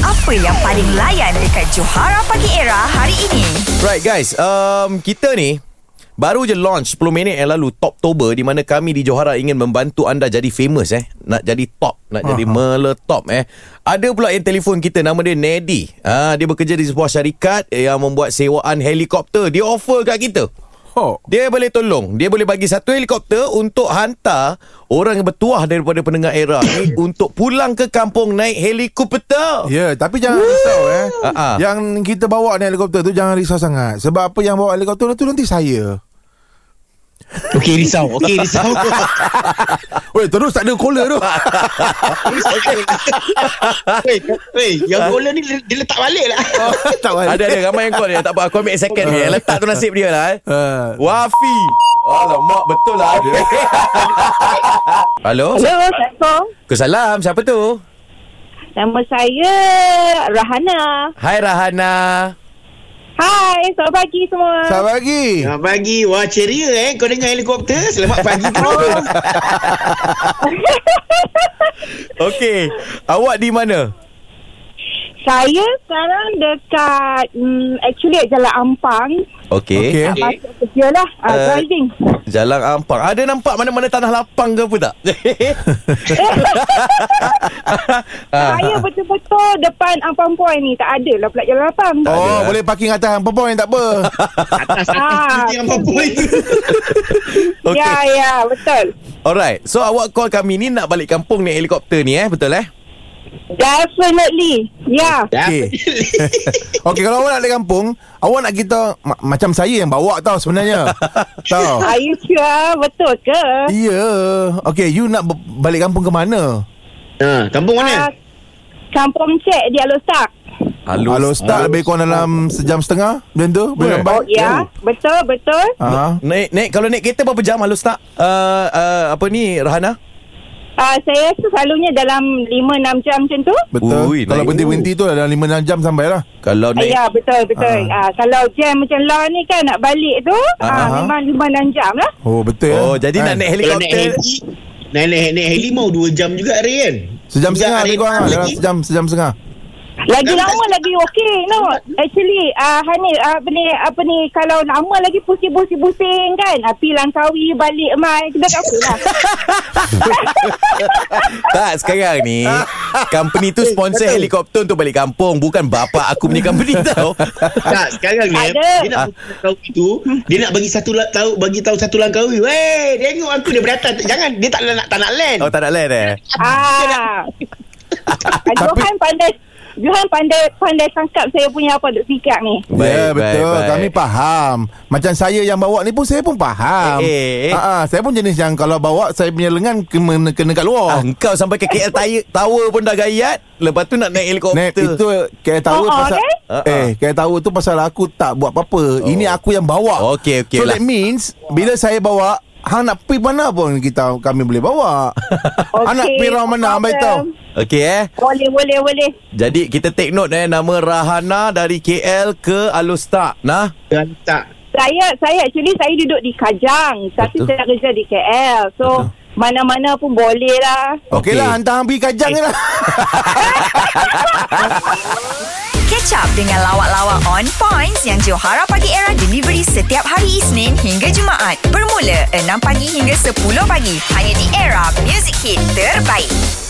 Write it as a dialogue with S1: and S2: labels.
S1: Apa yang paling layan dekat Johara Pagi Era hari ini?
S2: Right guys, um, kita ni baru je launch 10 minit yang lalu Toptober di mana kami di Johara ingin membantu anda jadi famous eh. Nak jadi top, nak jadi meletop eh. Ada pula yang telefon kita nama dia Nedi. Ah dia bekerja di sebuah syarikat yang membuat sewaan helikopter. Dia offer kat kita.
S3: Oh.
S2: Dia boleh tolong Dia boleh bagi satu helikopter Untuk hantar Orang yang bertuah Daripada pendengar era ni Untuk pulang ke kampung Naik helikopter
S3: Ya, yeah, tapi jangan Woo! risau eh.
S2: Ah, ah.
S3: Yang kita bawa ni helikopter tu jangan risau sangat. Sebab apa yang bawa helikopter tu nanti saya.
S4: Okey risau Okey risau
S3: Weh, terus tak ada caller tu.
S4: Weh weh, Yang bola ni Dia letak balik lah
S3: tak balik.
S2: Ada ada ramai yang call dia. Tak apa aku ambil second ni. Letak tu nasib dia lah eh.
S3: Uh,
S2: Wafi. Alamak betul lah dia. Halo.
S5: Hello, Assalamualaikum.
S2: Kesalam siapa tu?
S5: Nama saya Rahana.
S2: Hai Rahana.
S5: Hai, selamat pagi semua.
S3: Selamat pagi.
S4: Selamat pagi Wah ceria eh Kau dengar helikopter Selamat pagi terus
S2: Okey. Awak di mana?
S5: Saya sekarang dekat um, actually at Jalan Ampang.
S2: Okey. Okay.
S3: Okey.
S5: Okay. Masuk kerja lah, uh,
S2: Eh.
S5: driving.
S2: Jalan Ampang. Ada nampak mana-mana tanah lapang ke apa tak? ah.
S5: saya betul-betul depan Ampang Point ni. Tak ada lah pula Jalan Ampang.
S3: Oh,
S2: ada.
S3: boleh parking atas hampa point tak apa.
S4: Atas
S5: Ah.
S4: atas Apa pun itu
S2: Okey.
S5: Ya, ya, betul.
S2: Alright. So awak call kami ni nak balik kampung naik helikopter ni eh, betul eh?
S5: Definitely. Ya.
S3: Okey. Okey, kalau awak nak balik kampung, awak nak kita ma- macam saya yang bawa tau sebenarnya. tau.
S5: Are you sure? Betul ke?
S3: Ya. Yeah. Okey, you nak ber- balik kampung ke mana?
S4: ha, Kampung
S5: Ah,
S4: mana
S5: Kampung Cek di Alostak.
S3: Halus. Halus tak lebih kurang dalam sejam setengah macam tu. Boleh
S2: Boleh.
S3: nampak?
S5: Oh, ya. Betul, betul.
S3: Ah.
S2: Naik naik kalau naik kereta berapa jam halus tak? Uh, uh, apa ni Rahana?
S5: Uh, saya rasa selalunya dalam 5-6 jam macam tu.
S3: Betul.
S2: Ui,
S3: Ui, kalau
S2: naik.
S3: berhenti-berhenti tu dalam 5 jam sampai lah.
S2: Kalau
S5: Ah,
S2: naik
S5: Ya betul betul.
S3: Ah.
S5: Ah. kalau jam macam law ni kan nak balik tu
S3: Ah,
S5: ah,
S3: ah.
S5: memang lima enam jam lah.
S3: Oh, betul.
S2: Oh,
S3: eh.
S2: jadi nak naik
S4: Kalau naik
S2: helikopter.
S4: heli Naik naik naik heli mau 2 jam juga hari kan
S3: Sejam
S4: Tiga
S3: setengah
S4: hari
S3: lebih kurang lah. Dalam
S4: lagi.
S3: sejam, sejam setengah.
S5: Lagi
S4: Dah-
S5: lama lagi okey no. Actually ah Hani ah, apa ni apa ni kalau lama lagi pusing-pusing-pusing kan. Ah, pergi Langkawi balik mai kita tak okey lah.
S2: Tak, sekarang ni company tu sponsor helikopter untuk balik kampung, bukan bapa aku punya company tau.
S4: tak, sekarang ni
S5: Ada.
S4: dia nak tahu itu, dia nak bagi satu la- tahu bagi tahu satu langkawi. Weh, tengok aku dia beratan. Jangan dia tak nak tak nak land.
S2: Oh, tak nak land eh.
S5: ah. ah Johan pandai Johan pandai pandai tangkap saya punya apa duk sikap ni.
S3: Ya, yeah, betul. Baik, Kami faham. Macam saya yang bawa ni pun saya pun faham.
S2: Eh, eh, eh.
S3: Ah, ah, saya pun jenis yang kalau bawa saya punya lengan kena, kena
S2: Ah,
S3: kat luar.
S2: kau sampai ke KL Tire- Tower pun dah gayat, lepas tu nak naik helikopter.
S3: Nek, itu kaya tahu
S5: Oh, oh,
S3: pasal
S5: okay.
S2: Ah, ah.
S3: eh kaya tahu tu pasal aku tak buat apa-apa. Ini aku yang bawa.
S2: Okey, okey
S3: so
S2: lah.
S3: that means bila saya bawa hang nak pergi mana pun kita kami boleh bawa. hang nak pergi
S5: no
S3: orang mana hang
S5: problem.
S3: tahu.
S2: Okey eh.
S5: Boleh boleh boleh.
S2: Jadi kita take note eh nama Rahana dari KL ke Alustak. Nah.
S4: Dan tak.
S5: Saya saya actually saya duduk di Kajang tapi
S2: Betul.
S5: saya kerja di KL. So mana-mana pun boleh lah.
S2: Okey.
S3: Okey
S2: Eh.
S3: lah hantar hang pergi kajang je lah.
S1: Catch up dengan lawak-lawak on points yang Johara Pagi Era delivery setiap hari Isnin hingga Jumaat. Bermula 6 pagi hingga 10 pagi. Hanya di Era Music Hit Terbaik.